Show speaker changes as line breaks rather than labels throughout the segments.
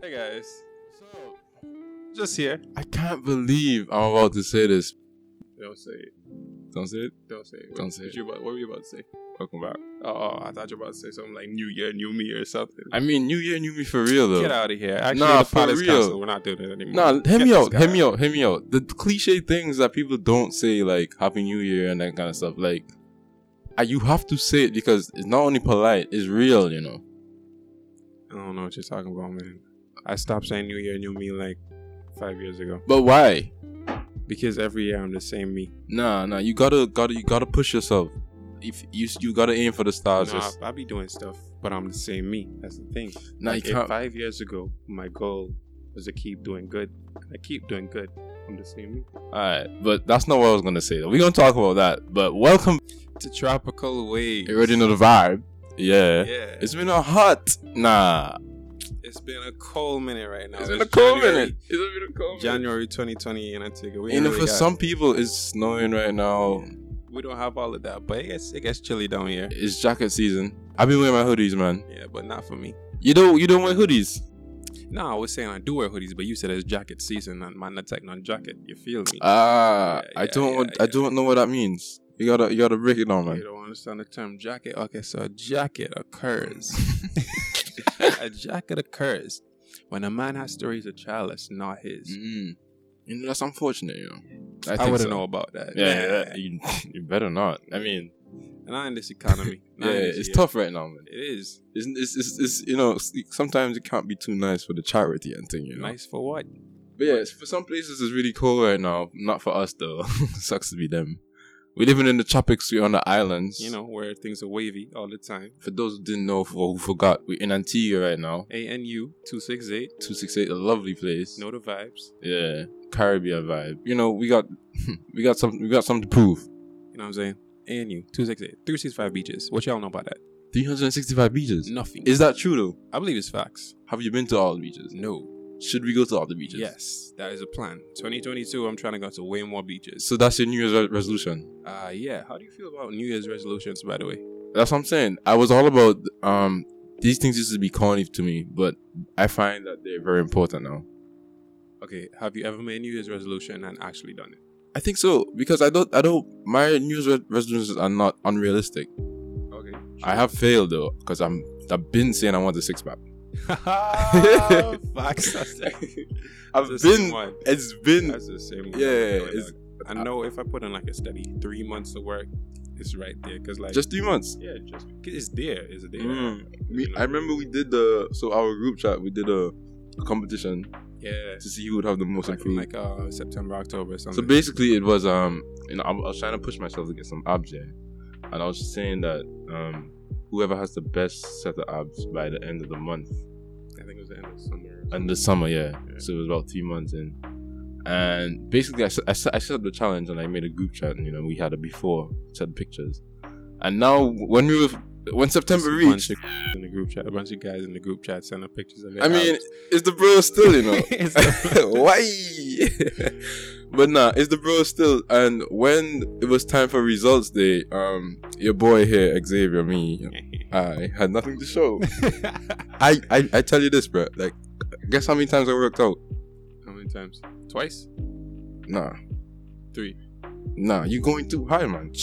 hey guys. So, just here.
I can't believe I'm about to say this.
Don't say it.
Don't say it.
Don't say it.
Don't say
What,
it.
you about, what were you about to say?
Welcome back.
Oh, I thought you were about to say something like New Year, New Me or something.
I mean, New Year, New Me for real though.
Get out of here. Actually,
Nah,
the pod
for
is
real.
canceled. We're not doing it anymore.
Nah,
Get
hear me
this
out.
guy
Hear me out. Hear me out. The cliche things that people don't say, like Happy New Year and that kind of stuff, like uh, you have to say it because it's not only polite, it's real. You know.
I don't know what you're talking about, man. I stopped saying New Year, New Me like five years ago
But why?
because every year I'm the same me.
Nah, nah. You gotta, gotta, you gotta push yourself. If you, you gotta aim for the
Nah,
stars. just,
I be doing stuff, but I'm the same me. That's the thing.
nah
Like,
you
if
can't.
five years ago, my goal was to keep doing good. I keep doing good. I'm the same me.
Alright, but that's not what I was gonna say. Though. We're gonna talk about that. But welcome.
To tropical waves.
You already know the vibe. Yeah.
Yeah,
It's been a hot. Nah.
it's been a cold minute right now.
It's been a cold
January-
minute. It's been a cold minute.
January 2020 and I take it. We,
You
ain't
know,
really
for
got-
some people, it's snowing right now.
we don't have all of that, but it gets it gets chilly down here.
It's jacket season. I've been wearing my hoodies, man.
Yeah, but not for me.
You don't, you don't wear hoodies.
No, I was saying I do wear hoodies, but you said it's jacket season and man, not taking on jacket. You feel me?
Ah,
Yeah,
I
yeah,
don't,
yeah,
I
yeah.
don't know what that means. You gotta, you gotta break it down,
You
man.
don't understand the term jacket. Okay, so a jacket occurs. a jacket occurs when a man has to raise a child that's not his.
Mm. You know, that's unfortunate. You know,
I,
think
wouldn't
so.
know about that.
Yeah, yeah, that- you, you better not. I mean,
Not in this economy. Not
yeah,
in this
it's
year.
tough right now, man.
It is.
It's, it's, it's, it's, you know, s- sometimes it can't be too nice for the charity and thing, you know.
Nice for what?
But yeah, it's, for some places it's really cold right now. Not for us though. Sucks to be them. We're living in the tropics. We're on the islands.
You know, where things are wavy all the time.
For those who didn't know or who forgot, we're in Antigua right now.
ANU 268.
Two six eight, a lovely place.
Know the vibes.
Yeah, Caribbean vibe. You know, we got, we got something. We got something to prove.
You know what I'm saying? ANU 268. 365 beaches. What y'all know about that?
Three hundred and sixty-five beaches.
Nothing.
Is that true though?
I believe it's facts.
Have you been to all the beaches?
No.
Should we go to all the beaches?
Yes. That is a plan. 2022, I'm trying to go to way more beaches.
So that's your New Year's re- resolution.
Uh, yeah. How do you feel about New Year's resolutions, by the way?
That's what I'm saying. I was all about um these things used to be corny to me, but I find that they're very important now.
Okay. Have you ever made a New Year's resolution and actually done it?
I think so because I don't. I don't. My New Year's re- resolutions are not unrealistic.
Okay.
I have failed though because I'm. I've been saying I want a six pack.
facts. That's
I've
the same
been.
one.
It's been.
That's the same one.
Yeah,
I'm doing,
it's-
dog. I
Uh,
know if I put in like a steady three months of work, it's right there. Cause like
Just three months.
yeah, just 'cause it's there. It's there.
Mm. We, I remember we did the so our group chat. We did a, a competition
Yeah.
to see who would have the most
Like,
improved.
like uh September, October, something.
So basically, it was um, you know, I was trying to push myself to get some abs yeah, and I was just saying that um, whoever has the best set of abs by the end of the month
I think it was the end of summer.
in the summer, yeah.
Yeah.
So it was about three months in, and basically, I, s- I, s- I set up the challenge and I made a group chat, and you know, we had a before, set pictures, and now when we were when September
Just a bunch
reached,
of in the group chat, a bunch of guys in the group chat sending pictures of it.
I mean, it's the bro still, you know.
it's the-
Why? but nah, it's the bro still. And when it was time for results day, um, your boy here, Xavier, me, I had nothing to show. I, I, I tell you this, bro. Like, guess how many times I worked out?
How many times? Twice?
Nah,
Three.
nah, you going too high, man.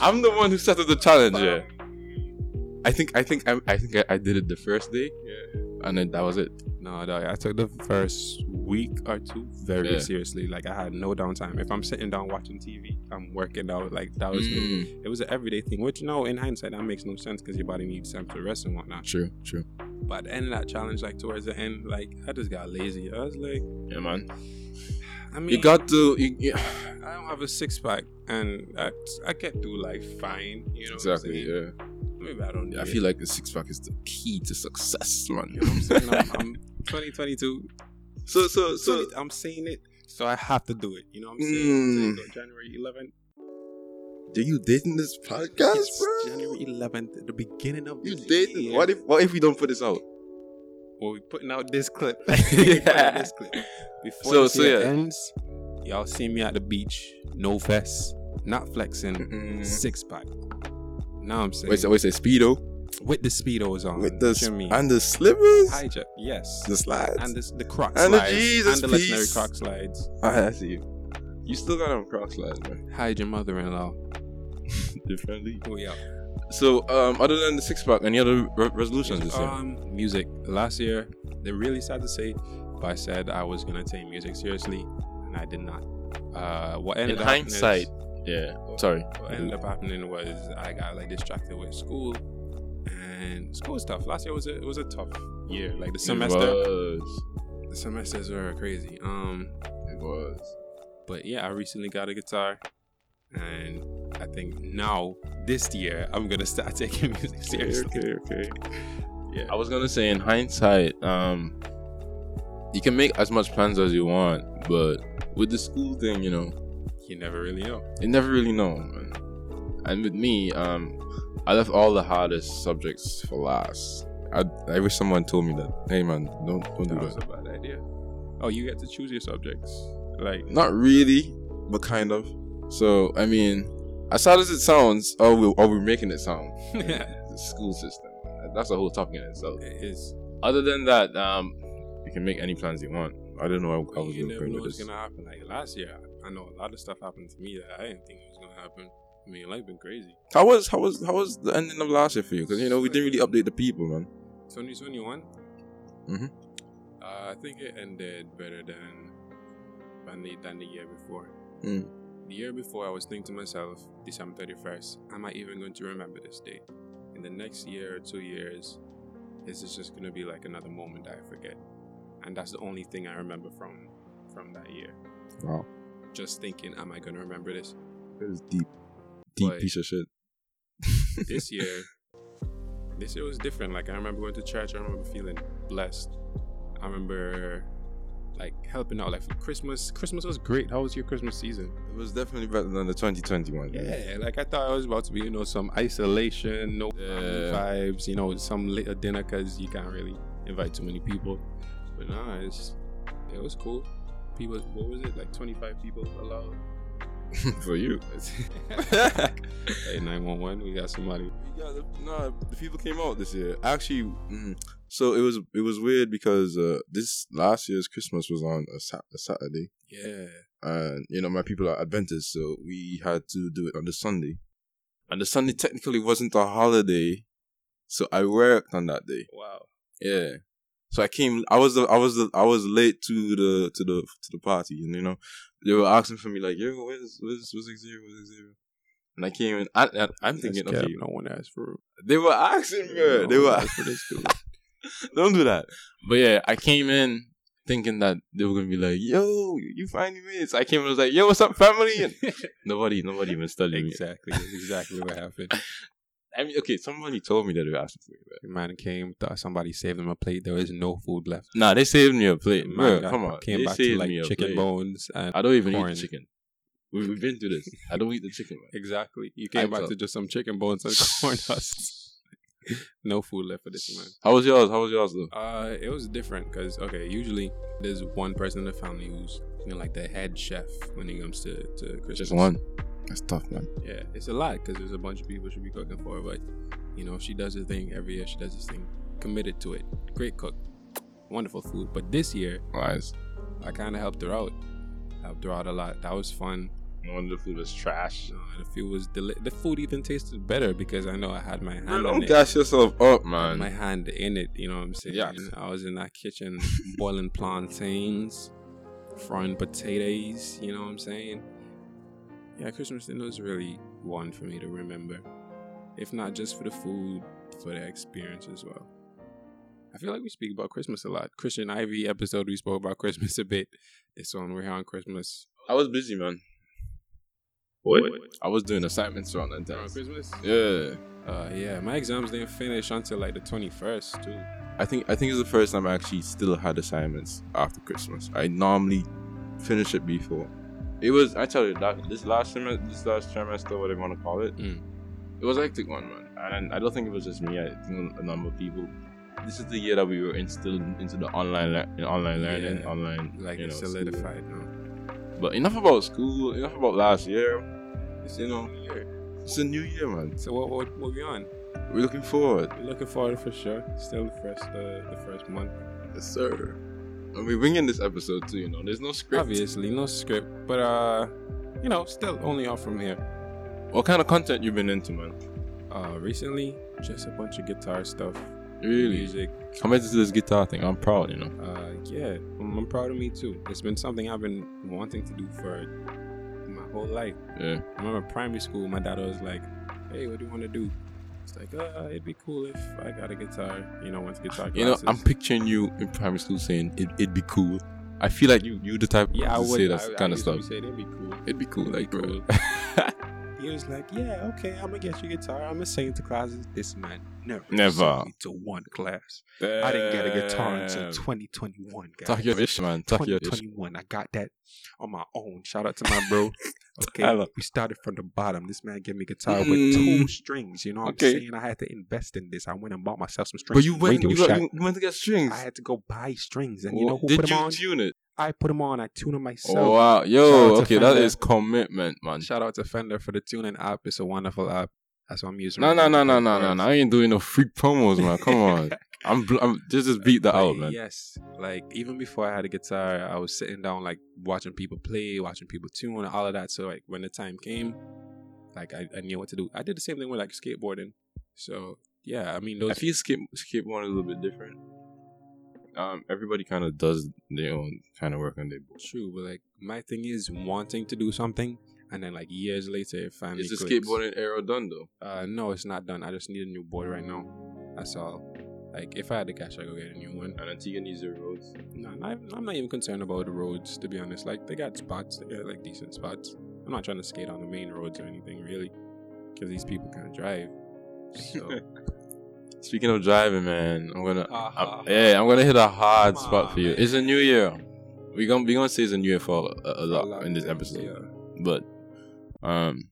I'm the one who set up the challenge. Yeah. I think I think I, I think I, I did it the first day,
Yeah.
and then that was it.
No, dog, I took the first week or two very
Yeah.
seriously. Like I had no downtime. If I'm sitting down watching TV, I'm working out. Like that was me.
Mm,
It was an everyday thing, which you know, in hindsight, that makes no sense because your body needs time to rest and whatnot.
True, true.
But at the end of that challenge, like towards the end, like I just got lazy. I was like,
Yeah, man.
I mean,
You got to. You, you,
I don't have a six pack, and I, I can do like fine. You know
exactly.
What
Yeah.
I'm saying? Maybe I don't.
I feel like the six pack is the key to success, man.
You know what I'm saying? I'm, I'm 2022.
so so so.
20 I'm saying it, so I have to do it. You know what I'm saying?
Mm.
So, you know, January 11th.
Are you dating this podcast,
It's
bro?
January 11th, the beginning of
You
the
dating?
year.
What if what if we don't put this out?
Well, we're putting out this clip. We're putting out this clip. Before
So-
this
so
year
yeah.
ends, y'all see me at the beach, no Mm-hmm.
Mm-hmm.
vest, not flexing, six pack. Now I'm saying
Wait, say, wait, say speedo.
with the speedos on.
With the
Jimmy.
and the slippers,
hijack, yes,
the slides.
and the, the croc
And the
slides,
Jesus
and the legendary
piece.
croc slides.
Ah, I see you. You still got on cross slides, man.
Hide your mother-in-law.
Differently.
Oh yeah.
So, um, other than the six pack, any other re- resolutions this year?
Um, music. Last year, they're really sad to say, but I said I was gonna take music seriously, and I did not. Uh, what
In
ended up happening is-
hindsight, yeah. Sorry.
what ended up happening was I got like distracted with school and school stuff. Last year was a, it was a tough year. Like the semester,
It was.
the semesters were crazy. Um,
It was.
but yeah, I recently got a guitar, and I think now this year I'm gonna start taking music seriously.
Okay, okay.
Yeah,
I
I was gonna say in hindsight, um,
You can make as much plans as you want, but with the school thing, you know,
you never really know.
you never really know. Man. And with me, um, I left all the hardest subjects for last. I, I wish someone told me that. Hey man, don't don't
That
do
was
that.
a bad idea. Oh, you get to choose your subjects. Like
Not really, but kind of. So I mean, as hard as it sounds, or we or we're making it sound, the school system. That's a whole topic in itself.
it is.
Other than that, um, you can make any plans you want. I don't know. how I was
you
going to
never
bring
know
with
what's
this.
gonna happen. Like last year, I know a lot of stuff happened to me that I didn't think was gonna happen. I mean, life been crazy.
How was how was how was the ending of last year for you? Because you know we didn't really update the people, man.
2021.
Mhm.
Uh, I think it ended better than than the, than the year before.
Mm.
The year before, I was thinking to myself, December 31st, am I even going to remember this date? In the next year or two years, this is just going to be like another moment that I forget. And that's the only thing I remember from from that year.
Wow,
Just thinking, am I going to remember this?
it was deep, deep
Like-
piece of shit.
this year, this year was different. Like I remember going to church. I remember feeling blessed. I remember like helping out. Like for Christmas, Christmas was great. How was your Christmas season?
It was definitely better than the 2021.
Yeah, like I thought I was about to be, you know, some isolation, no
Yeah.
vibes, you know, some later dinner because you can't really invite too many people. But nah, it's it was cool. People, what was it like? Twenty five people allowed.
for you.
Hey, nine one one. We got somebody.
Yeah, the, no, the people came out this year. Actually, mm, so it was it was weird because uh, this last year's Christmas was on a, Sat- a Saturday,
Yeah.
and you know my people are Adventists, so we had to do it on the Sunday, and the Sunday technically wasn't a holiday, so I worked on that day.
Wow.
Yeah, so I came. I was the, I was the, I was late to the to the to the party, and you know they were asking for me like, yo, where's where's where's Xavier, where's Xavier, and I came in. I, I, I'm thinking,
That's
okay,
cap. no one asked for
they were asking, bro. They were.
for this dude.
Don't do that. But yeah, I came in thinking that they were gonna be like, "Yo, you finally made it." So I came in and was like, "Yo, what's up, family?" And nobody, nobody even studied me.
exactly. That's exactly what happened.
I mean, okay, somebody told me that they were asking for me. But
The man came, thought somebody saved him a plate. There is no food left.
nah, they saved me a plate.
The
Bro,
man got-
come on,
Came
they
back to
saved
like
me a
chicken
plate.
bones and
I don't even
corn.
eat the chicken. We, we've been through this. I don't eat the chicken. Man.
exactly. You came
I
back
thought-
to just some chicken bones and corn husks. no food left for this man.
How was yours? How was yours though?
Uh, it was different because okay, usually there's one person in the family who's you know like the head chef when it comes to to Christmas.
That's tough, man.
Yeah, it's a lot because there's a bunch of people she'll be cooking for, but you know, she does her thing every year. She does this thing, committed to it. Great cook, wonderful food. But this year,
Wise.
I kind of helped her out. Helped her out a lot. That was fun.
No wonder the food was trash.
You know, and the food was deli- the food even tasted better because I know I had my hand
Bro,
on
don't
it.
gas yourself up,
I had
man.
My hand in it, you know what I'm saying?
Yeah.
I was in that kitchen boiling plantains, frying potatoes, you know what I'm saying? Yeah, Christmas dinner was really one for me to remember. If not just for the food, for the experience as well. I feel like we speak about Christmas a lot. Christian Ivy episode, we spoke about Christmas a bit. This one, we're here on Christmas.
I was busy, man.
what?
I was doing assignments around that
Around
time.
Christmas?
Yeah.
Uh, yeah, my exams didn't finish until like the 21st, too.
I think I think it's the first time I actually still had assignments after Christmas. I normally finish it before. It was I tell you that this last semester, this last trimester, whatever you want to call it,
Mm.
it was a hectic one, man. And I don't think it was just me. I think a number of people. This is the year that we were instilled into the online le- online learning,
Yeah.
online
Like,
you
it's
know,
solidified now.
school. But enough about school. Enough about last year. It's, you know, it's a new year, man.
So, what, what, what we on?
We're looking forward.
We're looking forward for sure. Still the first, uh, the first month.
Yes, sir. And we're winging this episode too, you know. There's no script.
Obviously, no script, but uh, you know, still only off from here.
What kind of content you been into, man?
Uh, recently, just a bunch of guitar stuff,
Really?
music.
I'm into this guitar thing. I'm proud, you know.
Uh, yeah, I'm, I'm proud of me too. It's been something I've been wanting to do for my whole life.
Yeah.
I remember primary school, my dad was like, "Hey, what do you want to do?" It's like, uh, it'd be cool if I got a guitar. You know, went to guitar classes.
You know, I'm picturing you in primary school saying it, it'd be cool. I feel like you you the type
yeah, I
to
would
say that
I,
kind
I
of stuff.
usually Say, That'd be cool.
It'd be cool, like bro.
cool. He was like, "Yeah, okay, I'm gonna get you a guitar. I'm gonna sing it to classes." This man never
Never.
sent me to one class. I didn't get a guitar until
Damn.
2021, guys.
Talk your ish, man. Talk your ish.
2021. I got that on my own. Shout out to my bro. Okay,
Tyler. Mm.
we started from the bottom. This man gave me guitar with two strings. You know, what
Okay.
I'm saying I had to invest in this. I went and bought myself some strings.
But you
from
went
Radio
you, got,
Shack.
you went to get strings.
I had to go buy strings, and you know who
Did
put them
you
on?
tune it?
I put them on. I tuned them
oh
myself.
wow,
Shout out
yo,
to
okay, that
Fender.
is commitment, man.
Shout out to Fender for the tuning app. It's a wonderful app. That's what I'm using.
No,
right
no, no,
now.
no, no, no, no. I ain't doing no freak promos, man. Come on, I'm, bl- I'm just just beat that out,
But
man.
Yes. Like even before I had a guitar, I was sitting down like watching people play, watching people tune, all of that. So like when the time came, like I, I knew what to do. I did the same thing with like skateboarding. So yeah, I mean
I
those
feel skip skateboarding a little bit different. Um, everybody kind of does their own kind of work on their board.
true, but like my thing is wanting to do something and then like years later it finally
Is the
clicks.
skateboarding era done though?
Uh no, it's not done. I just need a new board right now. That's all. Like if I had the cash I go get a new one.
And Antigua needs their roads.
No, no, I'm I'm not even concerned about the roads, to be honest. Like, they got spots, they got like decent spots. I'm not trying to skate on the main roads or anything, really, because these people can't drive. So,
Speaking of driving, man, I'm gonna
Uh-huh.
I'm- yeah, I'm gonna hit a hard
Come
spot
on,
for you.
man.
It's a new year. We gonna we gonna say it's a new year for a, a, a
I love
lot in this
it,
episode,
yeah.
but um,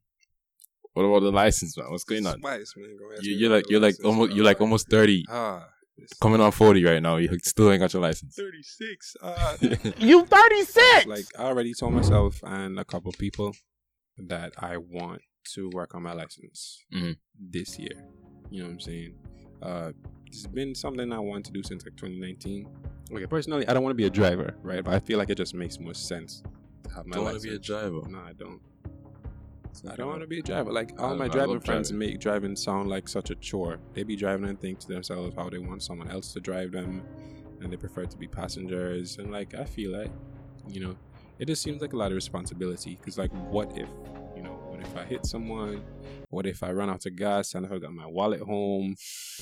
what about the license, man? What's going on?
Spice, man, go ask
You,
me
you're
about
like
the
you're like
license,
almost
bro.
you're like almost thirty,
ah, it's
coming on forty right now. You still ain't got your license.
36. Ah,
You 36!
like, I already told myself and a couple people that I want to work on my license
Mhm.
this year. You know what I'm saying? Uh, it's been something I wanted to do since like 2019. Okay, personally, I don't want to be a driver, right? But I feel like it just makes more sense to have my
Don't want
license.
to be a driver.
No, I don't. I don't want to be a driver. Like all
I- I
my
love
driving friends
driving.
make driving sound like such a chore. They be driving and think to themselves how they want someone else to drive them, and they prefer to be passengers. And like I feel like, you know, it just seems like a lot of responsibility. Cause like, what if, you know, what if I hit someone? What if I run out of gas and I forgot my wallet home?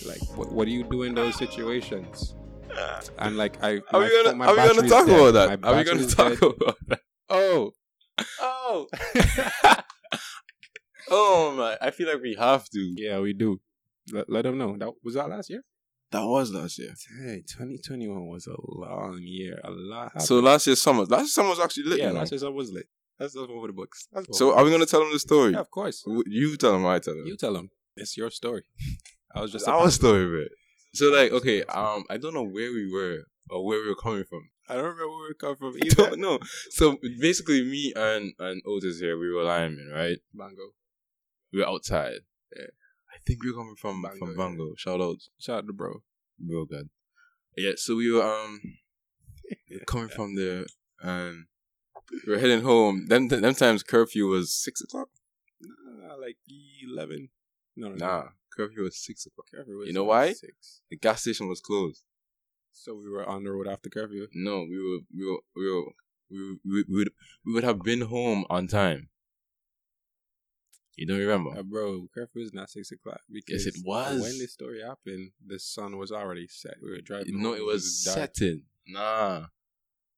Like, what, what do you do in those situations? And like, I
Are
my
we
phone-
gonna
my
Are we gonna
battery's
talk
dead.
about
My
that? Are we gonna
battery's
talk
dead.
about that?
Oh,
Oh, oh my! I feel like we have to.
yeah, we do. Let, let them know. That was that last year.
That was last year.
Dang, 2021 was a long year. A lot happened.
So last year's summer, last summer was actually lit.
yeah,
you know?
last year's I was late. That's not over the books. That's over
So
the
are we gonna
books.
tell them the story?
Yeah, of course.
W- You tell them. I tell them.
You tell them. It's your story. I was just.
Just our story, bro. So like, okay, um, I don't know where we were or where we were coming from.
I don't remember where we come from
I
either.
don't know. So basically, me and and Otis here, we were linemen, right?
Mango.
We were outside. Yeah. I think we were coming from
Bango,
from
yeah.
Bango. Shout out,
Shout out to bro.
bro, God. Yeah. So we were um coming from there, and we were heading home. Them them times curfew was six o'clock.
Nah, like 11. No, no,
Nah, curfew was six o'clock.
no. Curfew was
You know
like
why?
Six.
The gas station was closed.
So we were on the road after curfew.
No, we were we were we were, we, were- we, we would we would have been home on time. You don't remember?
Uh, bro, curfew is not six o'clock. Because
Yes, it was.
When this story happened, the sun was already set. We were driving.
no,
home,
it was
dark.
setting. Nah.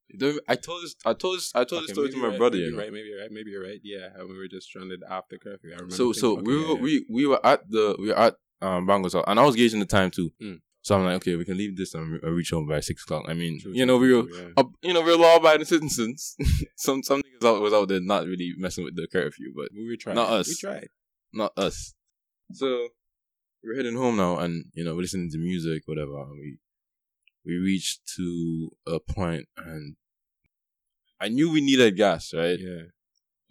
You don't, I told this I told this I told this
Okay,
story
maybe
to
you're
my
right,
brother.
Maybe
You
you're
know?
right, maybe you're right, maybe you're right. Yeah, and we were just stranded after curfew. I remember.
So so
thinking,
we
okay,
were
yeah,
we we were at the we were at um Bango's house and I was gauging the time too.
Mm.
So I'm like, okay, we can leave this and re- and reach home by six o'clock. I mean,
yeah. True,
you
true,
know, we
true,
were
true, yeah.
up, you know, we were law abiding citizens. some some niggas out was out there not really messing with the curfew, but
we were trying.
not us.
We tried.
not us. So we're heading home now, and you know we're listening to music, whatever. And we we reached to a point, and I knew we needed gas, right?
Yeah.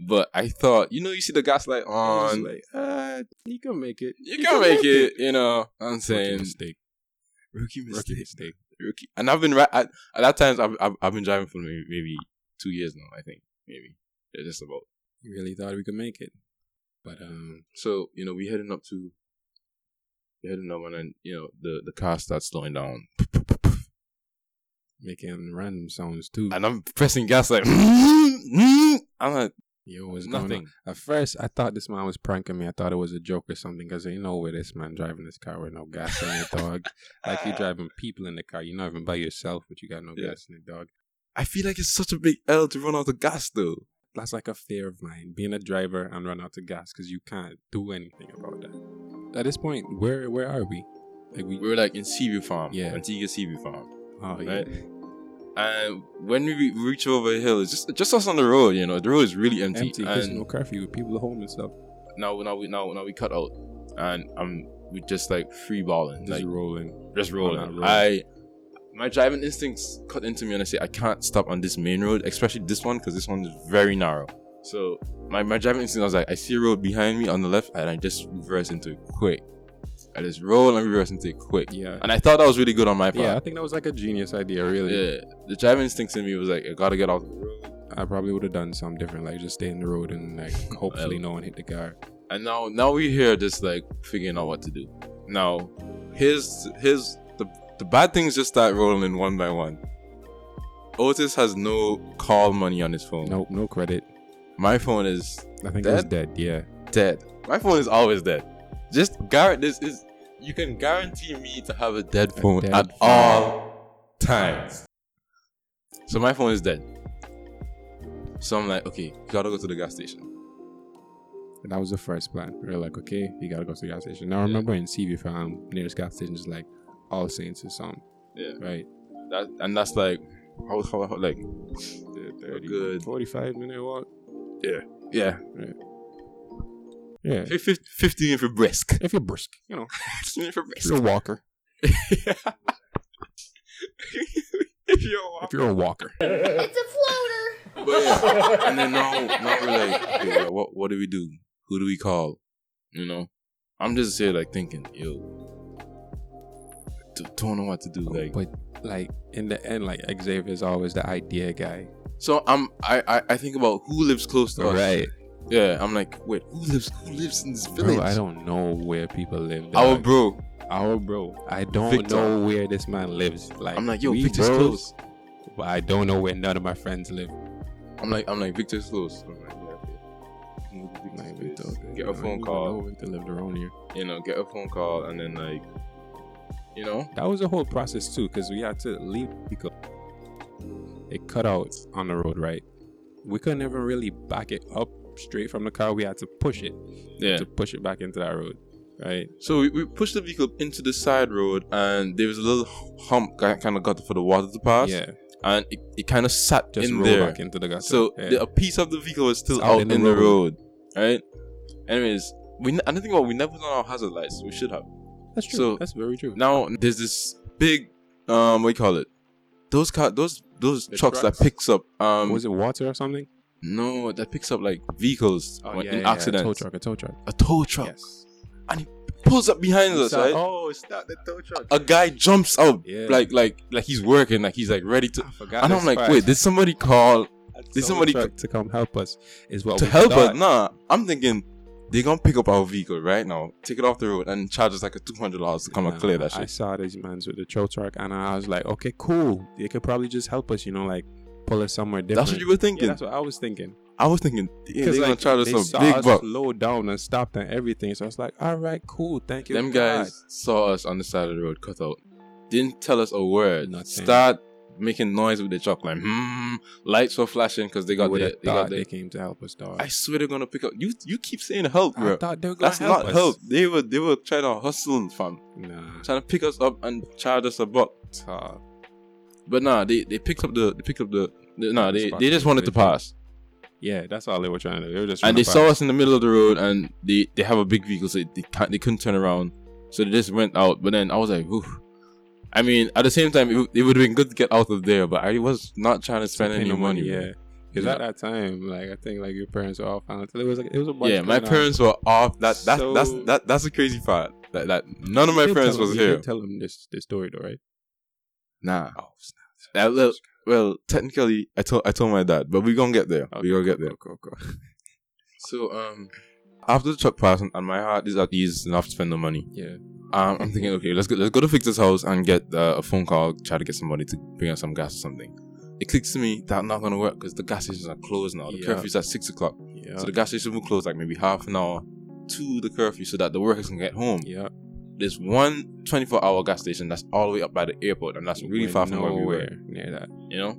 But I thought, you know, you see the gaslight
I was
on.
like, uh, you can make it.
you can make it, you know. I'm
Rookie
saying
mistake.
rookie mistake,
Rookie mistake.
rookie. And I've been right at, at that times. I've, I've I've been driving for maybe, maybe two years now. I think maybe yeah, just about.
You really thought we could make it, but um,
So you know, we heading up to we heading up, and then you know the the car starts slowing down,
making random sounds too.
and I'm pressing gas like I'm like
Yo, what's going
nothing.
on? At first, I thought this man was pranking me. I thought it was a joke or something because ain't no way this man driving this car with no gas in it, dog. like you driving people in the car. You're not even by yourself, but you got no
Yeah.
gas in it, dog.
I feel like it's such a big L to run out of gas though.
That's like a fear of mine, being a driver and run out of gas because you can't do anything about that. At this point, where where are we? Like we,
We were like in Seaview Farm,
Yeah.
Antigua Seaview Farm.
oh yeah,
right? And when we re- reach over the hill, it's just just us on the road, you know, the road is really empty.
empty. There's
and
no curfew. People are home and stuff.
now, now we now now we cut out, and I'm we just like free balling,
Just
like
rolling.
just
on that
rolling.
road.
I my driving instincts cut into me, and I say I can't stop on this main road, especially this one because this one is very narrow. So my my driving instinct I was like, I see a road behind me on the left, and I just reverse into it quick. I just roll and reverse into it quick,
Yeah,
and I thought that was really good on my
yeah. I
part.
think that was like a genius idea, really.
yeah. The driving instincts in me was like, I gotta get off the road.
I probably would have done something different, like just stay in the road and like hopefully no one hit the car.
and now now we here just like figuring out what to do. Now, his his the the bad things just start rolling in one by one. Otis has no call money on his phone.
Nope, no credit.
My phone is
I think it was
Dead?
dead. Yeah,
dead. My phone is always dead. Just guarantee this is you can guarantee me to have a dead phone
dead
at
phone.
all times. So my phone is dead. So I'm like, okay, gotta go to the gas station.
and that was the first plan. We were like, okay, you gotta go to the gas station. Now I remember in CV farm nearest gas station is like All Saints or something.
Yeah.
Right.
That, and that's like, how, how, how like, good.
45 minute walk.
yeah,
Yeah.
Fif- fif- fifteen if you're brisk.
If you're brisk, you know, if
if
you're a walker,
you're
if you're a walker,
It's a floater.
But yeah. And then now, now we're like, okay, well, what, what do we do? Who do we call? You know? I'm just here like thinking, yo, d- don't know what to do. Like,
but like in the end, like Xavier's always the idea guy.
so I'm, I, I, I think about who lives close to us.
Right.
Yeah. I'm like, wait, who lives, who lives in this village?
Bro, I don't know where people live.
Our
dog.
bro.
Our bro. I don't
Victor.
know where this man lives. Like
I'm like, yo,
we
Victor's
bros,
close.
But I don't know where none of my friends live.
I'm like, I'm like, Victor's close. I'm like, yeah, okay.
Like,
Victor's
Victor,
close. Get
I
a
don't
phone
even
call.
know Victor lived around here.
you know, get a phone call and then like, you know,
That was a whole process too, because we had to leave because it cut out on the road, right? We couldn't even really back it up straight from the car. We had to push it
yeah.
to push it back into that road, right?
So we, we pushed the vehicle into the side road and there was a little hump kind of got for the water to pass,
yeah,
and it, it kind of sat
just
in
roll
there.
back into the gutter.
So
yeah.
the, uh, a piece of the vehicle was still
It's
out, in, the, road. right? Anyways, we n- I don't think about we never put on our hazard lights. We should have.
that's true.
so-
that's very true.
Now there's this big, um, what do you call it? Those car, those those
The
trucks
trucks.
that picks up, um,
was it water or something?
no, that picks up like vehicles
Oh,
when-
yeah,
in
yeah, yeah,
accidents.
A tow truck. A tow truck.
a tow truck
Yes.
pulls up behind us,
So-
right?
Oh, it's not the tow truck.
A guy jumps out,
Yeah.
like like like he's working, like he's like ready to.
I forgot.
And
this
I'm like,
part.
wait, did somebody call
A tow
did somebody
truck to come help us? Is what
to
Oh, we
help
thought.
us? Nah, I'm thinking they're gonna pick up our vehicle right now, take it off the road, and charge us like a two hundred dollars to come and
Nah,
clear that
I
shit.
saw these mans with the tow truck, and I was like, okay, cool. They could probably just help us, you know, like pull us somewhere different.
That's what you were
Yeah,
thinking.
that's what I was thinking.
I was thinking yeah, they're
Because
gonna
like,
charge
they
us
saw
some big
us
buck.
slow down and stopped and everything. So I was like, all right, cool, thank you.
Them
God."
guys saw us on the side of the road, cut out, didn't tell us a word.
Nothing.
Start making noise with their truck, like hmm. Lights were flashing because they
You
got
would've
their, they got
thought
their
they came to help us, dog.
I swear they're gonna pick up. You you keep saying help,
I
bro.
thought they were gonna
That's
help
not
us.
help. They were they were trying to hustle, fam.
Nah,
Trying to pick us up and charge us a buck.
tough.
But nah, they they picked up the they picked up the, the nah they,
Spot
they just wanted to
situation.
pass.
Yeah, that's all they were trying to do. They were just trying
And they
to
saw
pass.
us in the middle of the road and they they have a big vehicle so they can't they couldn't turn around. So they just went out. But then I was like, Oof. I mean, at the same time, it, would- it would have been good to get out of there, but I was not trying to spend
Pay
any
no
money. bro.
Yeah, Because at that time, like I think like your parents were all found. It was like it was a bunch
yeah, my
going on.
parents were off. That that that's
So-
that that's the crazy part. That that none of
You
my
did
parents
tell
was
them- you did
here.
Tell them this this story though, right?
Nah.
Oh, snap.
Uh, well, well, technically, I told I told my dad, but we gonna get there. We gonna get there.
Cool, cool, cool.
So um, after the truck passed, and my heart is at ease enough to spend the money.
Yeah.
Um, I'm thinking, okay, let's go, let's go to Victor's house and get uh, a phone call, try to get somebody to bring us some gas or something. It clicks to me that not gonna work because the gas stations are closed now. The
Yeah.
curfew's at six o'clock,
Yeah.
so the gas station will close like maybe half an hour to the curfew so that the workers can get home.
yeah.
There's one 24 hour gas station that's all the way up by the airport, and that's really
We're
far from where we were
nowhere near that.
you know.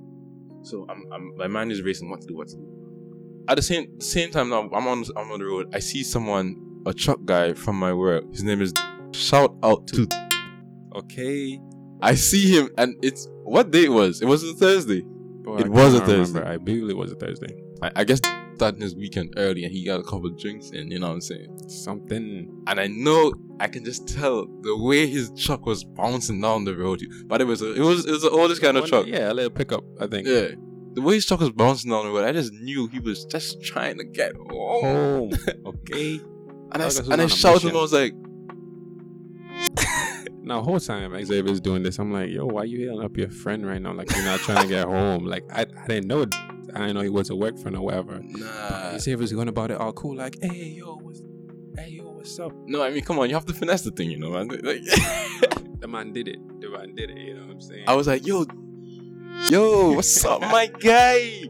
So I'm, I'm my mind is racing, what to do, what to do. At the same same time, now I'm on I'm on the road. I see someone, a truck guy from my work. His name is. Shout out to.
Okay.
I see him, and it's what day it was. It was a Thursday.
Boy,
It
I
was a
cannot remember.
Thursday.
I believe it was a Thursday.
I, I guess starting his weekend early, and he got a couple of drinks in. You know what I'm saying?
Something.
And I know I can just tell the way his truck was bouncing down the road. But it was a, it was it was the oldest kind of
One-
truck.
Yeah, a little pickup. I think.
Yeah. The way his truck was bouncing down the road, I just knew he was just trying to get home.
Home. okay.
And I,
Like I said,
and I
on a
shouted to
mission.
him, I was like,
Now, whole time Xavier's doing this, I'm like, yo, why you healing up your friend right now? Like, you're not trying to get home. Like, I, I didn't know. I didn't know he was a work friend or whatever.
nah.
Xavier's going about it all cool, like, hey, yo, what's, hey, yo, what's up?
No, I mean, come on, you have to finesse the thing, you know, man. Like,
The man did it. The man did it. You know what I'm saying?
I was like, yo, yo, what's up, my guy?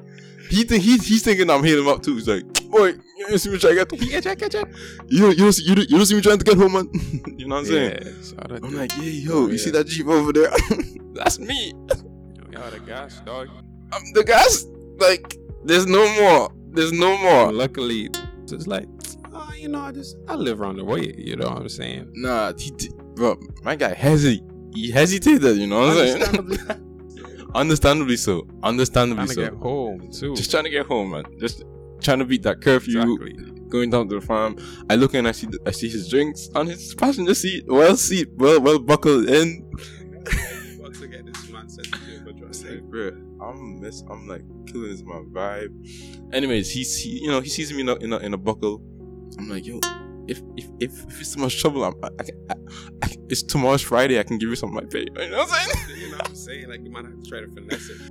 He, thi- he he's thinking I'm hitting him up too. He's like, boy, you don't see me trying to get
yeah, check, check, check.
you don't- you don't see, you, don't- you don't see me trying to get home, man. you know what I'm saying?
Yeah. Shout out
I'm
to-
like, yeah,
Oh,
yo, you
yeah.
see that jeep over there? That's me.
yo, the gas, dog.
I'm the guys. Like, there's no more. There's no more.
Oh, luckily, it's like, oh, you know, I just I live around the way. You know what I'm saying?
Nah, he, di- bro, my guy hesi- he hesitated. You know what I'm saying?
Understandably,
Understandably so. Understandably
trying to
so.
get home too.
Just trying to get home, man. Just trying to beat that curfew.
exactly.
Going down to the farm. I look and I see the, I see his drinks on his passenger seat. Well seat, well well buckled in.
Once again, this man said to do, but
It's like, bro, I'm miss. I'm like killing is my vibe. Anyways, he's he, you know he sees me in a, in a in a buckle. I'm like, yo, if if if, if it's too much trouble, I'm, I, I, can- I, I can- it's tomorrow's Friday. I can give you some of my pay. You know what I'm saying?
you know what I'm saying? Like the man had to try to finesse it.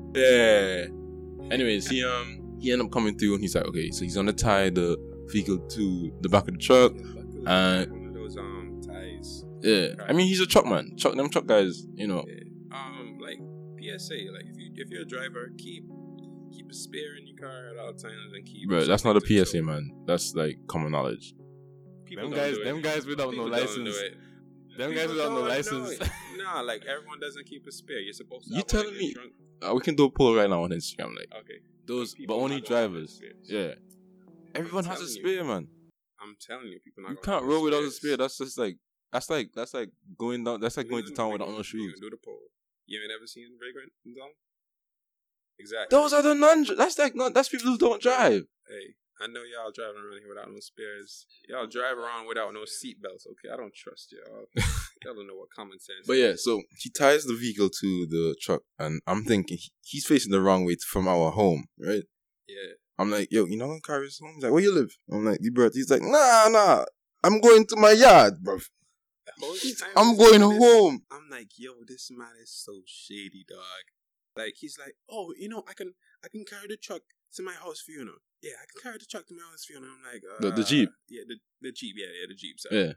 Yeah. Anyways, he um he ended up coming through and he's like, okay, so he's gonna tie the vehicle to the back of the truck.
Luckily,
Uh,
one of those um ties.
Yeah. I mean he's a truck man. Truck them truck guys, you know.
Um, like PSA, like if you if you're a driver, keep keep a spare in your car at all times and keep.
Bro, that's not a
something to-
PSA man. That's like common knowledge.
People
Them
don't
guys-
do it.
them guys without no
People don't
license.
do it.
Them
People
guys without no
don't
license.
know it. nah, like everyone doesn't keep a spare. You're supposed to.
You
have one
telling
if you're
me-
drunk.
Uh, we can do a poll right now on Instagram, like
Okay.
those but
People
only
not gonna have
drivers.
spares.
Yeah. Everyone has a
telling you.
spare, man.
I'm telling you, people. Not
You
gonna
can't
have
roll without a spare.
spares.
That's just like that's like that's like going down that's like going to
Listen,
town
we
without
gonna- we
no shoes.
gonna Do the poll. You ain't ever seen Vagrant in town? Exactly.
Those are the non that's like no that's people who don't drive.
Hey, I know y'all driving around here without no spares. Y'all drive around without no seatbelts. Okay, I don't trust y'all. y'all don't know what common sense.
But
is.
yeah, so he ties the vehicle to the truck, and I'm thinking he- he's facing the wrong way from our home, right?
yeah,
I'm like, yo, you know when Kyrie's home? He's like, where you live? I'm like, Libert. He's like, nah, nah, I'm going to my yard, bruv.
The whole time
I'm
he's
going
doing this,
home.
I'm like, yo, this man is so shady, dog. Like he's like, oh, you know, I can I can carry the truck to my house for you now. Yeah, I can carry the truck to my house for you now. I'm like, uh,
The- the Jeep.
Yeah, the, the jeep. Yeah, yeah, the jeep. Sorry.
Yeah.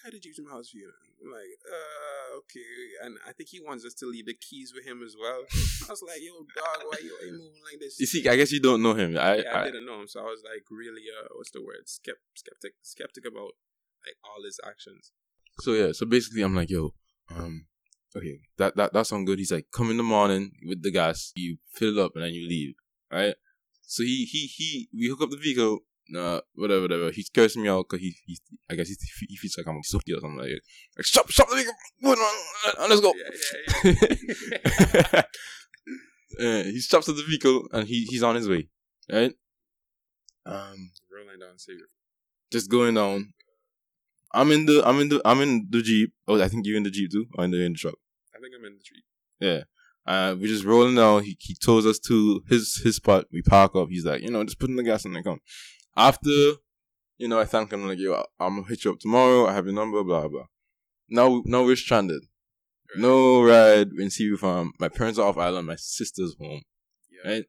Carry the jeep to my house for you now. I'm like, uh, okay. And I think he wants us to leave the keys with him as well. I was like, yo, dog, why you, why you moving like this?
You see, I guess you don't know him. I,
yeah, I,
I,
didn't know him, so I was like really uh what's the word? Skept, skeptic skeptic about like all his actions.
so yeah, so basically, I'm like, yo, um, okay, that that that sound good. He's like, come in the morning with the gas, you fill it up, and then you leave, right? So he he he, we hook up the vehicle. Nah, whatever, whatever. He's cursing me out because he, he, I guess he, he feels like I'm a softie or something like that. Like, stop, stop the vehicle, Go on, uh, let's go.
Yeah, yeah, yeah.
yeah, he stops at the vehicle and he, he's on his way. Right? Um
Rolling down savior.
just going down. I'm in the I'm in the I'm in the Jeep. Oh I think you're in the Jeep too, or in the in the truck.
I think I'm in the tree.
Yeah. Uh, we're just rolling out. He, he tows us to his his spot. We park up. He's like, you know, just put in the gas and then come. After, you know, I thank him like, yo, I- I'm gonna hit you up tomorrow. I have your number. Blah blah. Now now we're stranded. No ride in Seaview Farm. My parents are off island. My sister's home.
Yeah.
Right.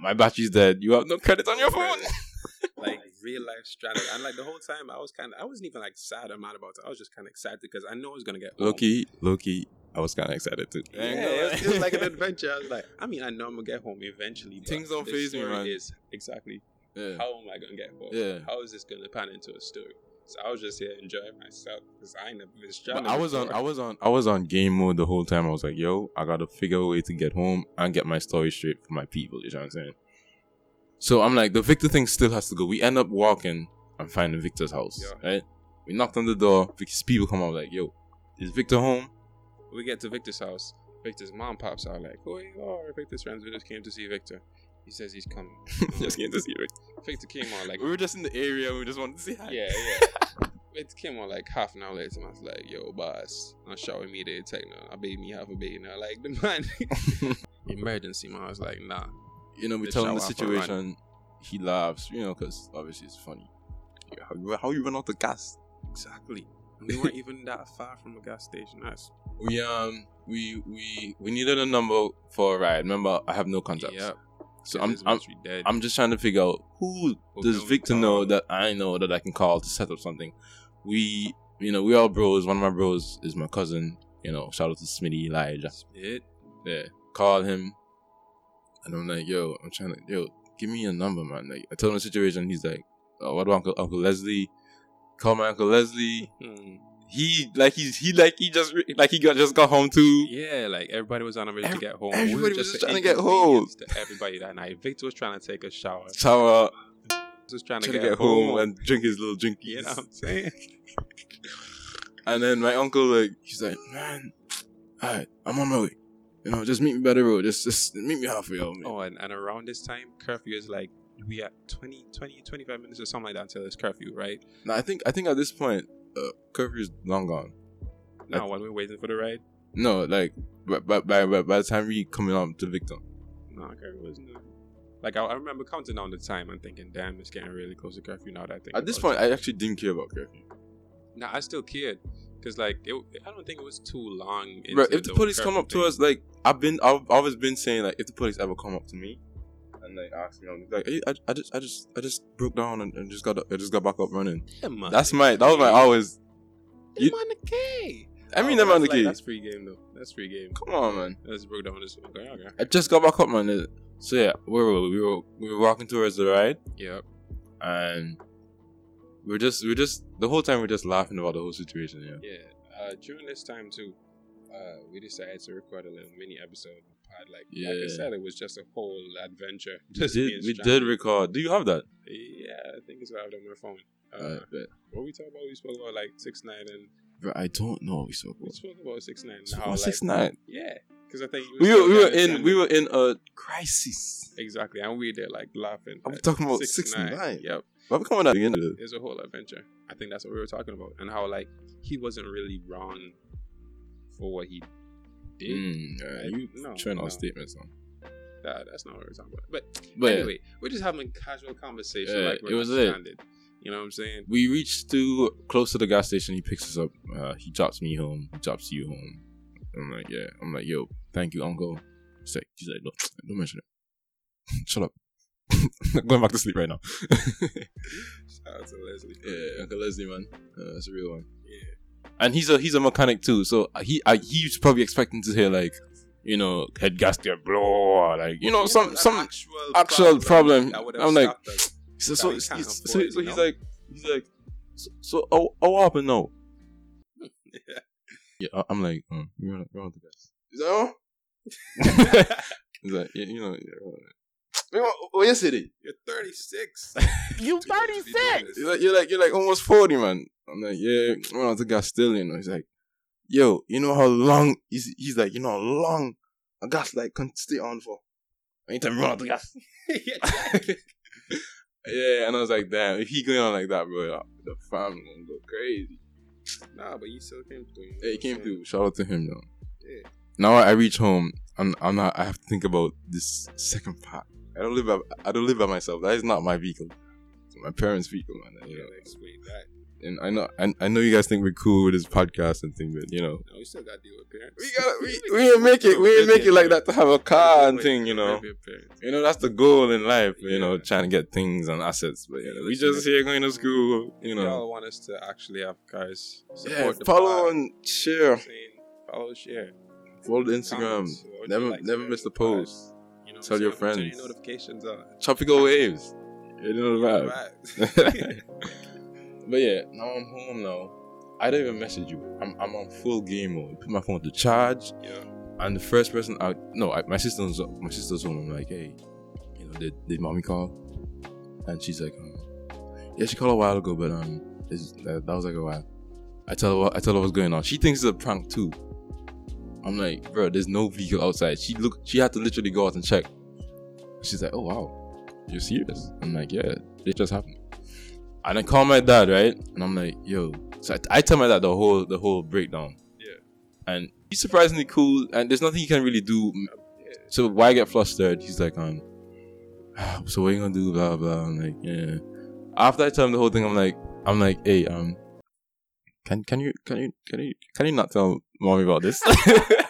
My battery's dead. You have no credit on your phone.
like real life strategy. And like the whole time, I was kind of, I wasn't even like sad or mad about it. I was just kind of excited because I know I was gonna get home.
Loki, Loki. I was kind of excited too.
Yeah, it was- it was like an adventure. I was like, I mean, I know I'm gonna get home eventually. but
Things don't
the
faze me,
story
man.
Is exactly
Yeah.
how am I gonna get home?
Yeah.
How is this gonna pan into a story? So I was just here enjoying myself because I ain't never been
But
stranded.
I was on I
before.
was on I was on game mode the whole time. I was like, yo, I gotta figure out a way to get home and get my story straight for my people, you know what I'm saying? So I'm like, the Victor thing still has to go. We end up walking and finding Victor's house.
Yeah.
Right? We knocked on the door, Victor's people come out like, yo, is Victor home?
we get to Victor's house. Victor's mom pops out like, "Oh, you are Victor's friends. We just came to see Victor." He says he's coming.
just came to see Victor.
Victor came on like
we were just in the area, we just wanted to see hi.
Yeah, yeah. it came on like half an hour later, and I was like, yo, boss, I'm showering me the techno. I baby me half a baby now. Like, the man. Emergency, man. I was like, nah.
You know, we
The
tell him the
shower for run.
situation. He laughs, you know, because obviously it's funny. Yeah, How you, how you run out the gas?
Exactly. And we weren't even that far from a gas station. That's
we um we we we needed a number for a ride. Remember, I have no contacts.
Yep.
So
It
I'm
is
I'm
once we dead.
I'm just trying to figure out who
Who
does
can we
Victor
call?
know that I know that I can call to set up something. We you know we all bros. One of my bros is my cousin. You know, shout out to Smitty Elijah.
It,
Yeah, call him, and I'm like, yo, I'm trying to yo, give me your number, man. Like I told him the situation. He's like, oh, what about Uncle Uncle Leslie? Call my Uncle Leslie.
hmm.
He like he's he like he just re- like he got just got home too.
Yeah, like everybody was on a ready to
Every-
get home.
everybody was just
an
trying to get
inconvenience to Everybody that night. Victor was trying to take a shower. Victor
Shower,
was trying to,
trying to get, home, and drink his little drinkies.
You know what I'm saying?
And then my uncle, like, he's like, man, all right, I'm on my way. You know, just meet me by the road. Just, just meet me halfway. Out, man.
Oh, and, and around this time, curfew is like, we at 20, 20, 25 minutes or something like that until it's curfew, right?
Now, I think, I think at this point, uh, curfew's long gone.
No, when we're waiting for the ride.
No, like, by by by, by, by the time we coming up to Victor,
No, curfew wasn't. there. Like I, I remember counting down the time and thinking, "Damn, it's getting really close to curfew now." That I think
at this
about
point, I actually didn't care about curfew.
it. nah, I still cared because like it, I don't think it was too long.
Bro,
into
if the police come
curfew
up to
thing.
us, like, I've been, I've always been saying, like, if the police ever come up to me. And like ask me, I'm like, hey, I, I just, I just, I just broke down and, and just got, I just got back up running.
Yeah, man.
That's my, that was my always.
Them on the K.
I mean,
Oh,
them on
that's
the
like-
key.
That's free game though. That's free game.
Come on, man.
Let's break down this. Okay, okay.
I just got back up, man. So yeah, where were we? We were we were walking towards the ride,
Yep.
and we we're just we we're just the whole time we we're just laughing about the whole situation. Yeah.
Yeah. Uh, during this time too, uh, we decided to record a little mini episode. of the Pod. Like, like
Yeah.
I said, it was just a whole adventure.
We
Just being
did, we did
stranded.
record. Do you have that?
Yeah, I think it's what I have on my phone. Uh,
Alright, bet.
what we talking about? We spoke about like six nine and
Bro, I don't know. We saw
we spoke about six nine.
six nine.
Yeah, because I think
We were we were in we were in a crisis.
exactly, and we there like laughing.
I'm
at
talking about six nine.
Yep,
Why we coming at the end of it?
it's a whole adventure. I think that's what we were talking about, and how like he wasn't really wrong for what he did.
Mm, alright, you
No,
trying
no.
out statements, man.
Nah, that's not what we're talking about. But,
But yeah,
anyway, we're just having casual conversation.
Yeah,
like we're
it was
not
lit.
stranded. You know what I'm saying?
we reached to close to the gas station. He picks us up. Uh, he drops me home. He drops you home. I'm like, yeah. I'm like, yo, thank you, uncle. He's like, he's like, no, don't mention it. Shut up. I'm going back to sleep right now.
Shout out to Leslie.
yeah, Uncle Leslie, man, uh, that's a real one.
Yeah.
And he's a he's a mechanic too, so uh, he I, he's probably expecting to hear like, you know, head gasket blow, or like you know,
You
some
an
some.
actual,
actual problem.
that would've
I'm like,
stopped us.
so
that
so,
we
he's,
can't
so-
afford,
so
you
he's
know?
like he's like, so, so oh, oh, what happened now? Yeah, I- I'm like, um, you're not, you're not the best. He's like, oh. He's like, yeah, you know, you're
oh,
what yesterday?
You're 36.
You 36!
He's like, you're like, you're like almost forty, man. I'm like, yeah, I'm not the guy still, you know. He's like, yo, you know how long? He's, he's like, you know how long a gas light can stay on for? Anytime you run out of gas. yeah, and I was like, damn, if he going on like that, bro, the family gonna go crazy.
nah, but you still came through. you know
Yeah, he
what
came
I'm saying?
through. Shout out to him, though.
Yeah.
now I reach home, I'm, I'm not. I have to think about this second part. I don't live. By, I don't live by myself. That is not my vehicle. It's my parents' vehicle, man. You know.
Gotta explain that.
And I know. I, I know you guys think we're cool with this podcast and thing, but you know,
No, we still got to deal with parents.
we got. We, we ain't make it. We ain't make it like that to have a car and thing. You know. You know that's the goal in life. You know,
Yeah.
trying to get things and assets. But you know, we
Listen,
just here going to school. You know.
all want us to actually have cars.
Yeah.
Support the
Follow
pod.
and share.
Saying, Follow, share.
Follow the Instagram.
Comments, what would you
Never,
like to
never
hear
miss a
about the pod?
post.
You know,
Tell your
turn- turn
friends.
notifications on.
Tropical waves. You know the
Uh,
vibe.
Right.
But yeah, now I'm home now. I don't even message you. I'm, I'm on full game mode. Put my phone to charge.
Yeah.
And the first person out, no, I, my sister's my sister's home. I'm like, hey, you know, did, did mommy call? And she's like, um, yeah, she called a while ago, but um, it's, that, that was like a while. I tell her, what- I tell her what's going on. She thinks it's a prank too. I'm like, bro, there's no vehicle outside. She look, she had to literally go out and check. She's like, oh wow, you're serious? I'm like, yeah, it just happened. And I call my dad, right? And I'm like, yo. So I, I tell my dad the whole the whole breakdown.
Yeah.
And he's surprisingly cool, and there's nothing he can really do. So why get flustered? He's like, um, so what you gonna do? Blah blah. I'm like, yeah. After I tell him the whole thing, I'm like, I'm like, hey, um, can can you can you can you can you not tell mommy about this?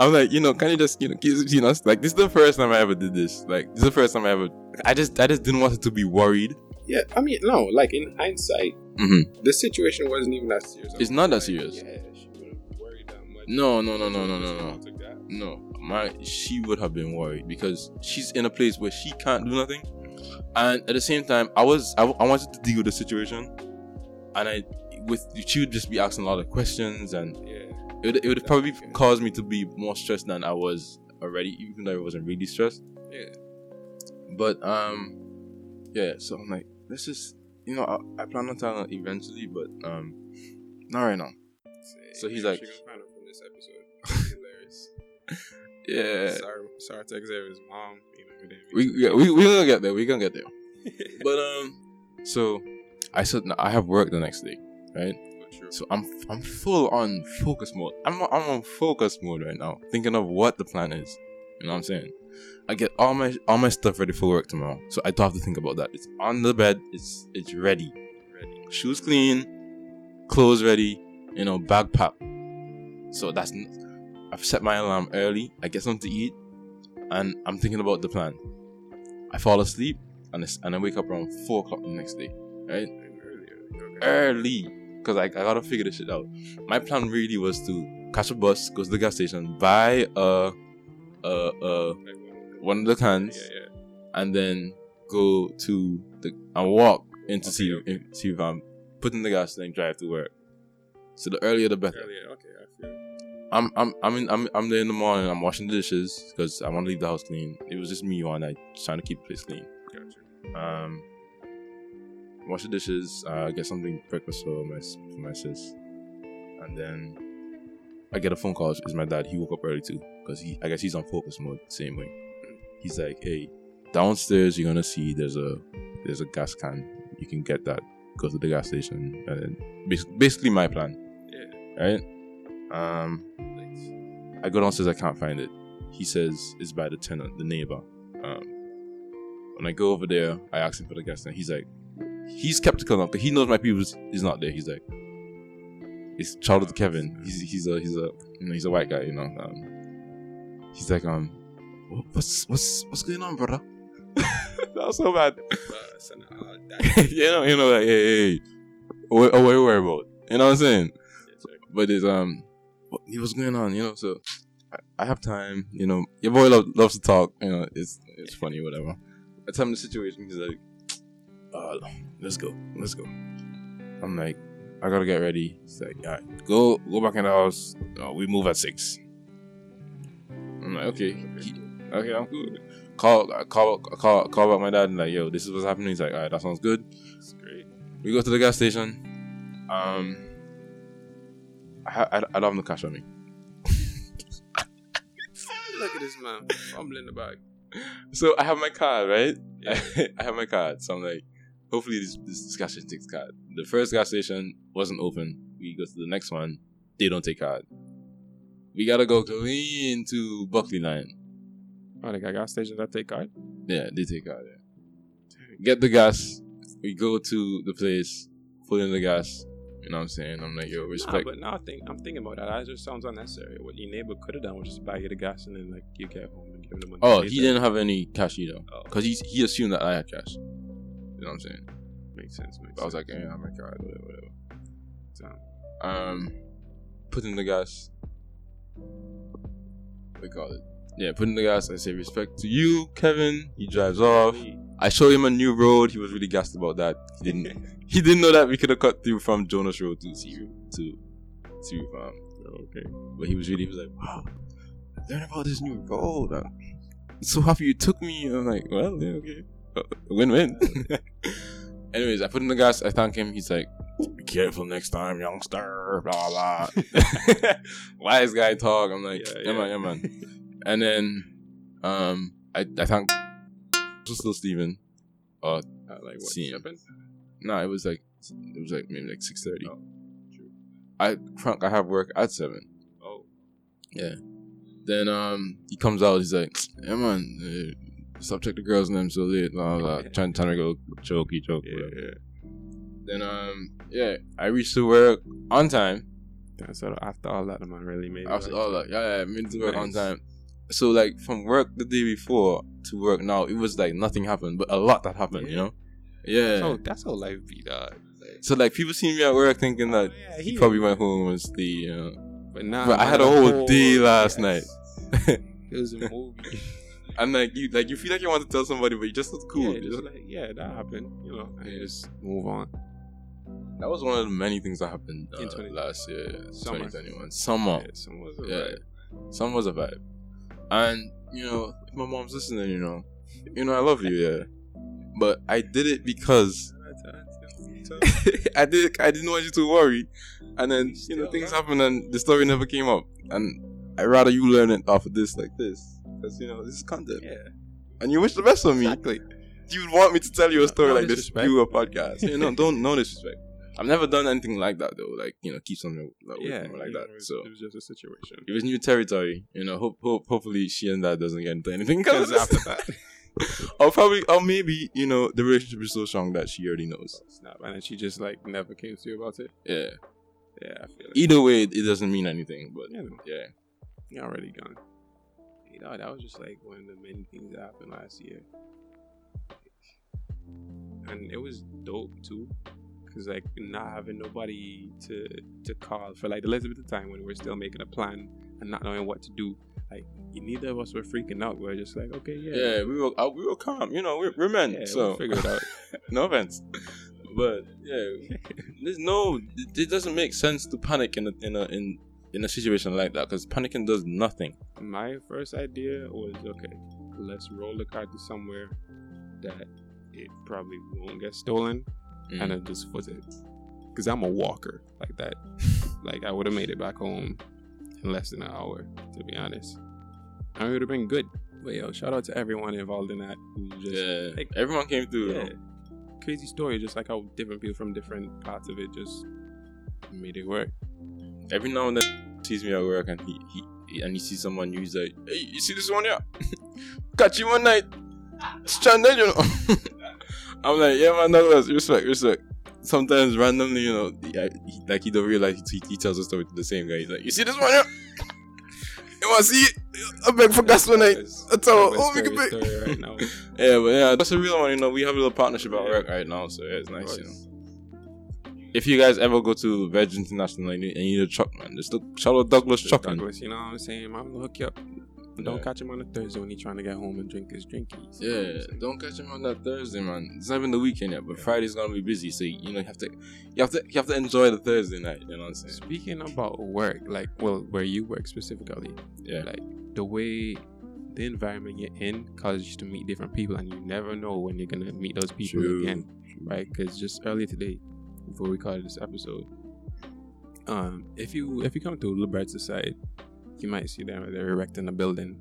I'm like, you know, can you just you know, keep you know, like this is the first time I ever did this. Like this is the first time I ever. I just I just didn't want it to be worried.
yeah, I mean, no, like in hindsight,
hmm
the situation wasn't even that serious.
It's not that serious.
Yeah, she wouldn't worry that much.
No, no, no, no, no, no, no.
Took that.
No, my she would have been worried because she's in a place where she can't do nothing, and at the same time, I was I, I wanted to deal with the situation, and I with she would just be asking a lot of questions, and
Yeah.
it would, it would probably cause me to be more stressed than I was already, even though I wasn't really stressed.
Yeah.
But um, yeah. So I'm like, let's just you know I, I plan on telling her eventually, but um, not right now. So he's like-
she gonna find out from this episode. Hilarious.
Yeah.
Sorry, sorry to Xavier's mom. You know, who didn't
we
make
yeah, we we gonna get there. We gonna get there. but um, so I said no, I have work the next day, right?
it, but true.
So I'm I'm full on focus mode. I'm I'm on focus mode right now, thinking of what the plan is. You know what I'm saying? I get all my all my stuff ready for work tomorrow, so I don't have to think about that. It's on the bed. It's it's ready.
Ready.
Shoes clean, clothes ready. You know, bag packed. So that's n- I've set my alarm early. I get something to eat, and I'm thinking about the plan. I fall asleep, and it's, and I wake up around four o'clock the next day. Right
And earlier, you know,
early because I, I gotta figure this shit out. My plan really was to catch a bus, go to the gas station, buy a, a, a
like, one-
one of the cans,
Yeah, yeah.
and then go to the and walk into
Okay,
see,
okay.
in- see if I'm putting the gas and then drive to work. So the earlier the better.
Earlier, okay, I feel. it.
I'm I'm I'm in, I'm I'm there in the morning. I'm washing the dishes because I want to leave the house clean. It was just me one night trying to keep the place clean.
Gotcha.
Um, wash the dishes, uh, get something breakfast for my for my sis, and then I get a phone call. It's my dad. He woke up early too because he, I guess, he's on focus mode. Same way. He's like, "Hey, downstairs you're gonna see there's a there's a gas can. You can get that. Go to the gas station and then bas- basically my plan. Yeah. Right. Um, I go downstairs. I can't find it. He says it's by the tenant, the neighbor. Um, when I go over there, I ask him for the gas tank. He's like, he's skeptical now because he knows my people is is not there. He's like, it's shout out to Kevin. He's he's a he's a you know, he's a white guy. You know, um, he's like, um, "Wha- what's what's what's going on, brother? that was so bad.
But it's an odd dynamic.
you know, you know, like, hey, oh, hey, hey. what, what you worry about? You know what I'm saying? But it's um, what, what's going on? You know, so I, I have time. You know, your boy love, loves to talk. You know, it's it's funny, whatever. I tell him the situation. He's like, uh, let's go, let's go. I'm like, I gotta get ready. He's like, all right, go go back in the house. Uh, we move at six. I'm like, okay, he- okay, I'm good. Call, I call, I call, I call back my dad and like, yo, this is what's happening. He's like, all right, that sounds good.
It's great.
We go to the gas station. Um, I, ha- I, I don't have no cash on me.
Look at this man fumbling the bag.
So I have my card, right?
Yeah.
I have my card. So I'm like, hopefully this, this, this gas station takes card. The first gas station wasn't open. We go to the next one. They don't take card. We gotta go clean to Buckley Line.
Oh, they got gas stations that take card.
Yeah, they take out there. Get the gas. We go to the place, put in the gas. You know what I'm saying? I'm like, yo,
Nah,
respect.
but now I think I'm thinking about that. That just sounds unnecessary. What your neighbor could have done was just buy you the gas and then like you get home and give him the money.
oh,
later.
he didn't have any cash either.
Oh,
Because he, he assumed that I had cash. You know what I'm saying?
makes sense. Makes
I was
sense.
like, yeah, I'm a card, whatever, whatever.
Damn.
um, put in the gas. We call it. Yeah, put in the gas. I say respect to you, Kevin. He drives off. I show him a new road. He was really gassed about that. He didn't. he didn't know that we could have cut through from Jonas Road to Sea to Sea Farm.
Okay.
But he was really. He was like, wow, learn about this new road. I'm so happy you took me. I'm like, well, yeah, okay, Uh, win-win. Anyways, I put in the gas. I thank him. He's like, be careful next time, youngster. Blah blah. Wise guy talk. I'm like,
Yeah,
yeah, man, yeah, man. and then, um, I I thank just little Steven.
Uh, like what?
See.
Seven?
No, it was like it was like maybe like six thirty. I crunk. I have work at seven.
Oh,
Then um, he comes out. He's like, "Yeah, man, uh, stop check the girls and them so late." Blah, blah, blah. Trying, trying to go chokey choke.
yeah,
whatever.
yeah.
Then um, yeah, I reached to work on time.
Damn, so after all that, the man really made. it,
After
right?
all that, yeah, yeah, I made it to work on
Nice.
time. So like from work the day before to work now, it was like nothing happened, but a lot that happened. You know? "Oh, Yeah.
That's how,
So,
that's how life be, dog.
like people see me at work thinking that.
yeah,
He probably went home uh, and stayed, you know.
But nah,
Bro, I
man,
had a
the
whole day last
night. it was a movie.
And like you, like you feel like you want to tell somebody, but you just look cool.
Yeah,
You
just
know?
like, yeah, that happened. You know, and just move on.
That was one of the many things that happened uh,
In 20
last year,
Summer.
2021. Summer.
Yeah, some was
Oh, Yeah.
alright.
Summer was a vibe. And, you know, if my mom's listening, you know, you know, I love you, yeah. But I did it because I did. I didn't want you to worry, and then you know things happened, and the story never came up. And I rather you learn it off of this like this, because you know this is content,
Yeah.
and you wish the best for me.
Exactly.
you would want me to tell you a story
No
like this
disrespect.
through a podcast. you know, don't no disrespect. I've never done anything like that though. Like you know, keep something like, away
Yeah,
from her like
you
that.
know, it-
So
it was just a situation.
it was new territory. You know, hope, hope hopefully she and that doesn't get into anything because
Because after that,
or probably or maybe you know the relationship is so strong that she already knows.
snap, and then she just like never came to you about it.
Yeah.
Yeah, I feel it.
Either way, it doesn't mean anything. But
Yeah, no,
yeah,
you're already gone. You know, that was just like one of the many things that happened last year, and it was dope too, because like not having nobody to to call for like the little bit of time when we we're still making a plan and not knowing what to do. Like neither of us were freaking out. We were just like, okay, yeah,
yeah, we were uh, we were calm. You know, we're, we're men.
yeah,
so
we'll figure it out.
no offense, but yeah, there's no. It, it doesn't make sense to panic in a in a in, in a situation like that because panicking does nothing.
my first idea was okay, let's roll the car to somewhere that it probably won't get stolen
Mm.
and then just foot it. Because I'm a walker like that. like, I would have made it back home in less than an hour, to be honest. I would have been good. But yo, shout out to everyone involved in that who just
Yeah,
like-
everyone came through.
yeah. Crazy story, just like how different people from different parts of it just made it work.
Every now and then he sees me at work and he, he, he- and he sees someone new. He's like, "Hey, you see this one here? Catch you one night, stranded, you know." I'm like, "Yeah, man, Douglas, respect, respect." Sometimes randomly, you know, he- I- he- like he don't realize he, he tells a story to the same guy. He's like, "You see this one here? you want to see it? I beg for gas one night."
That's
that's all-
that's
all oh, we
my
can
story right now.
Yeah, but yeah, that's a real one. You know, we have a little partnership at work right now, so yeah, it's nice. You know, if you guys ever go to Veg International and you and you need a truck, man, just look, shout out Douglas
Just
Trucking.
Douglas, you know what I'm saying? I'm gonna hook you up. But
Yeah.
Don't catch him on a Thursday when he's trying to get home and drink his drinkies. you know what I'm
Yeah,
saying?
don't catch him on that Thursday, man. It's not even the weekend yet, but Friday's gonna be busy, so you know you have to, you have to, you have to enjoy the Thursday night. You know what I'm saying?
Speaking about work, like, well, where you work specifically,
Yeah.
like the way the environment you're in causes you to meet different people, and you never know when you're gonna meet those people
True.
again, right? Because just earlier today, before we recorded this episode, um, if you if you come to Liberty Society, you might see them they're erecting a building,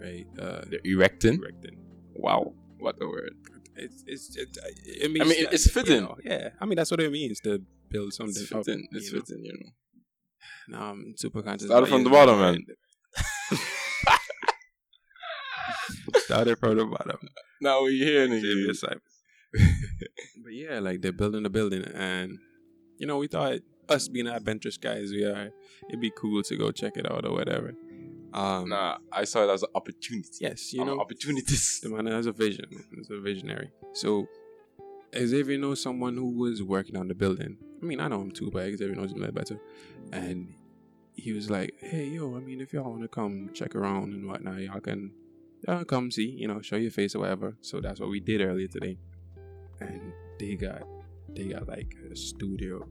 right? Uh,
They're erecting.
erecting.
Wow, what a word.
It's it's it, it means
mean, it-
that,
it's
you
fitting.
know, yeah, I mean that's what it means to build something.
It's
up,
fitting. It's
you know?
fitting. You know.
No, I'm super conscious.
Started
about
from
you.
the bottom, man.
Started from the bottom.
Now we here,
Xavier
nigga.
Simon.
But yeah, like they're building a building, and you know, we thought us being adventurous guys we are, it'd be cool to go check it out or whatever. Um,
Nah, I saw it as an opportunity.
yes, you
I'm an
know,
opportunist.
the man has a vision. He's a visionary. So Xavier knows someone who was working on the building. I mean, I know him too, but Xavier knows him a little better. And he was like, "Hey, yo, I mean, if y'all want to come check around and whatnot, y'all can y'all come see, you know, show your face or whatever." So that's what we did earlier today. And they got they got like a studio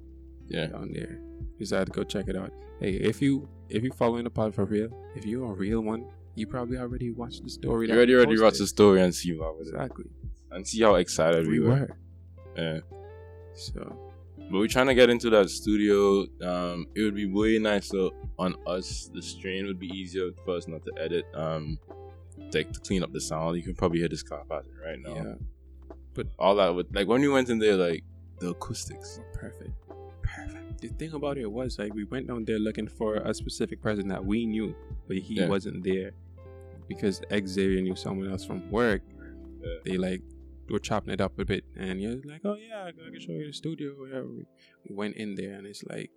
Yeah.
down there. You just had to go check it out. Hey, if you if you following the pod for real, if you're a real one, you probably already watched the story.
You
that
already
we
already
posted.
watched the story and see what was it.
Exactly.
and see how excited we,
We
were.
were.
Yeah.
So
But we're trying to get into that studio. Um, it would be way nicer on us. The strain would be easier for us not to edit. Um, like to clean up the sound. You can probably hear this car passing right now.
yeah,
All that would like when we went in there, like the acoustics.
perfect. Perfect. The thing about it was like we went down there looking for a specific person that we knew, but he
Yeah.
wasn't there because Xavier knew someone else from work.
Yeah.
They like were chopping it up a bit, and he was like, "Oh yeah, I can show you the studio." Whatever. We went in there, and it's like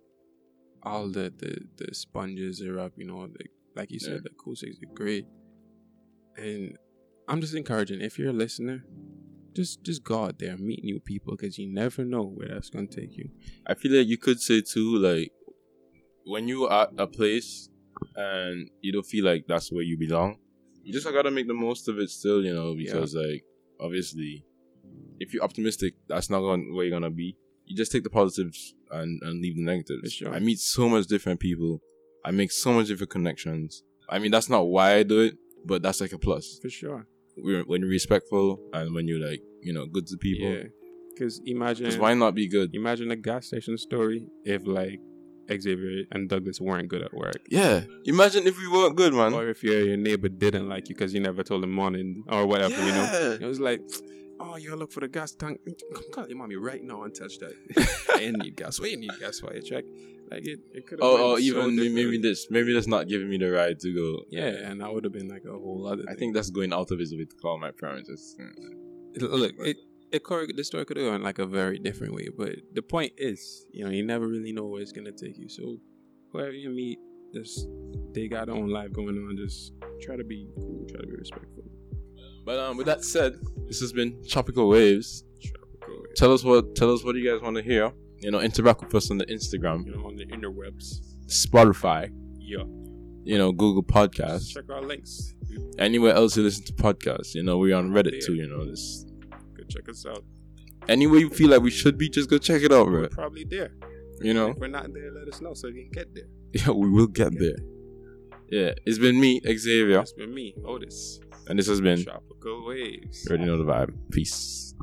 all the the, the sponges are up. You know, the, like you said, the acoustics are great. And I'm just encouraging if you're a listener, just just go out there, meet new people, because you never know where that's gonna take you.
I feel like you could say too, like when you are at a place and you don't feel like that's where you belong, you just gotta make the most of it still, you know,
Yeah.
because like obviously if you're optimistic, that's not going where you're gonna be. You just take the positives and, and leave the
For
negatives.
sure.
I meet so much different people. I make so much different connections. I mean that's not why I do it, but that's like a plus.
For sure.
We're, when you're respectful and when you're like, you know, good to people.
Yeah. Because
Because
imagine
why not be good?
imagine a gas station story if like Xavier and Douglas weren't good at work.
Yeah. Imagine if we weren't good, man.
Or if your your neighbor didn't like you because you never told him morning or whatever, you know. It was like, oh, you look for the gas tank. Come call your mommy right now and touch that. I ain't need gas. Wait, you need gas for your check. Like it, it could have.
Oh, oh even maybe this, maybe that's not giving me the right to go.
Yeah, and that would have been like a whole other.
I
thing.
think that's going out of his way to call my parents. It's-
It- look, it, it could, the story could have gone like a very different way, but the point is, you know, you never really know where it's gonna take you. So, whoever you meet, just they got their own life going on. Just try to be cool, try to be respectful.
But um, with that said, this has been Tropical Waves.
Tropical,
Tell us what, tell us what you guys want to hear. You know, interact with us on the Instagram,
you know, on the interwebs.
Spotify,
Yeah,
you know, Google
just
Podcasts,
check our links. You
anywhere else you listen to podcasts. You know, we're on Reddit too. You know, this
could check us out.
anywhere you feel like we should be, just go check it out, bro.
We're probably there.
You know,
If we're not there, let us know so we can get there.
yeah, we will get there. Yeah, it's been me, Xavier,
It's been me, Otis.
and this has been.
Tropical waves.
You already know the vibe. Peace.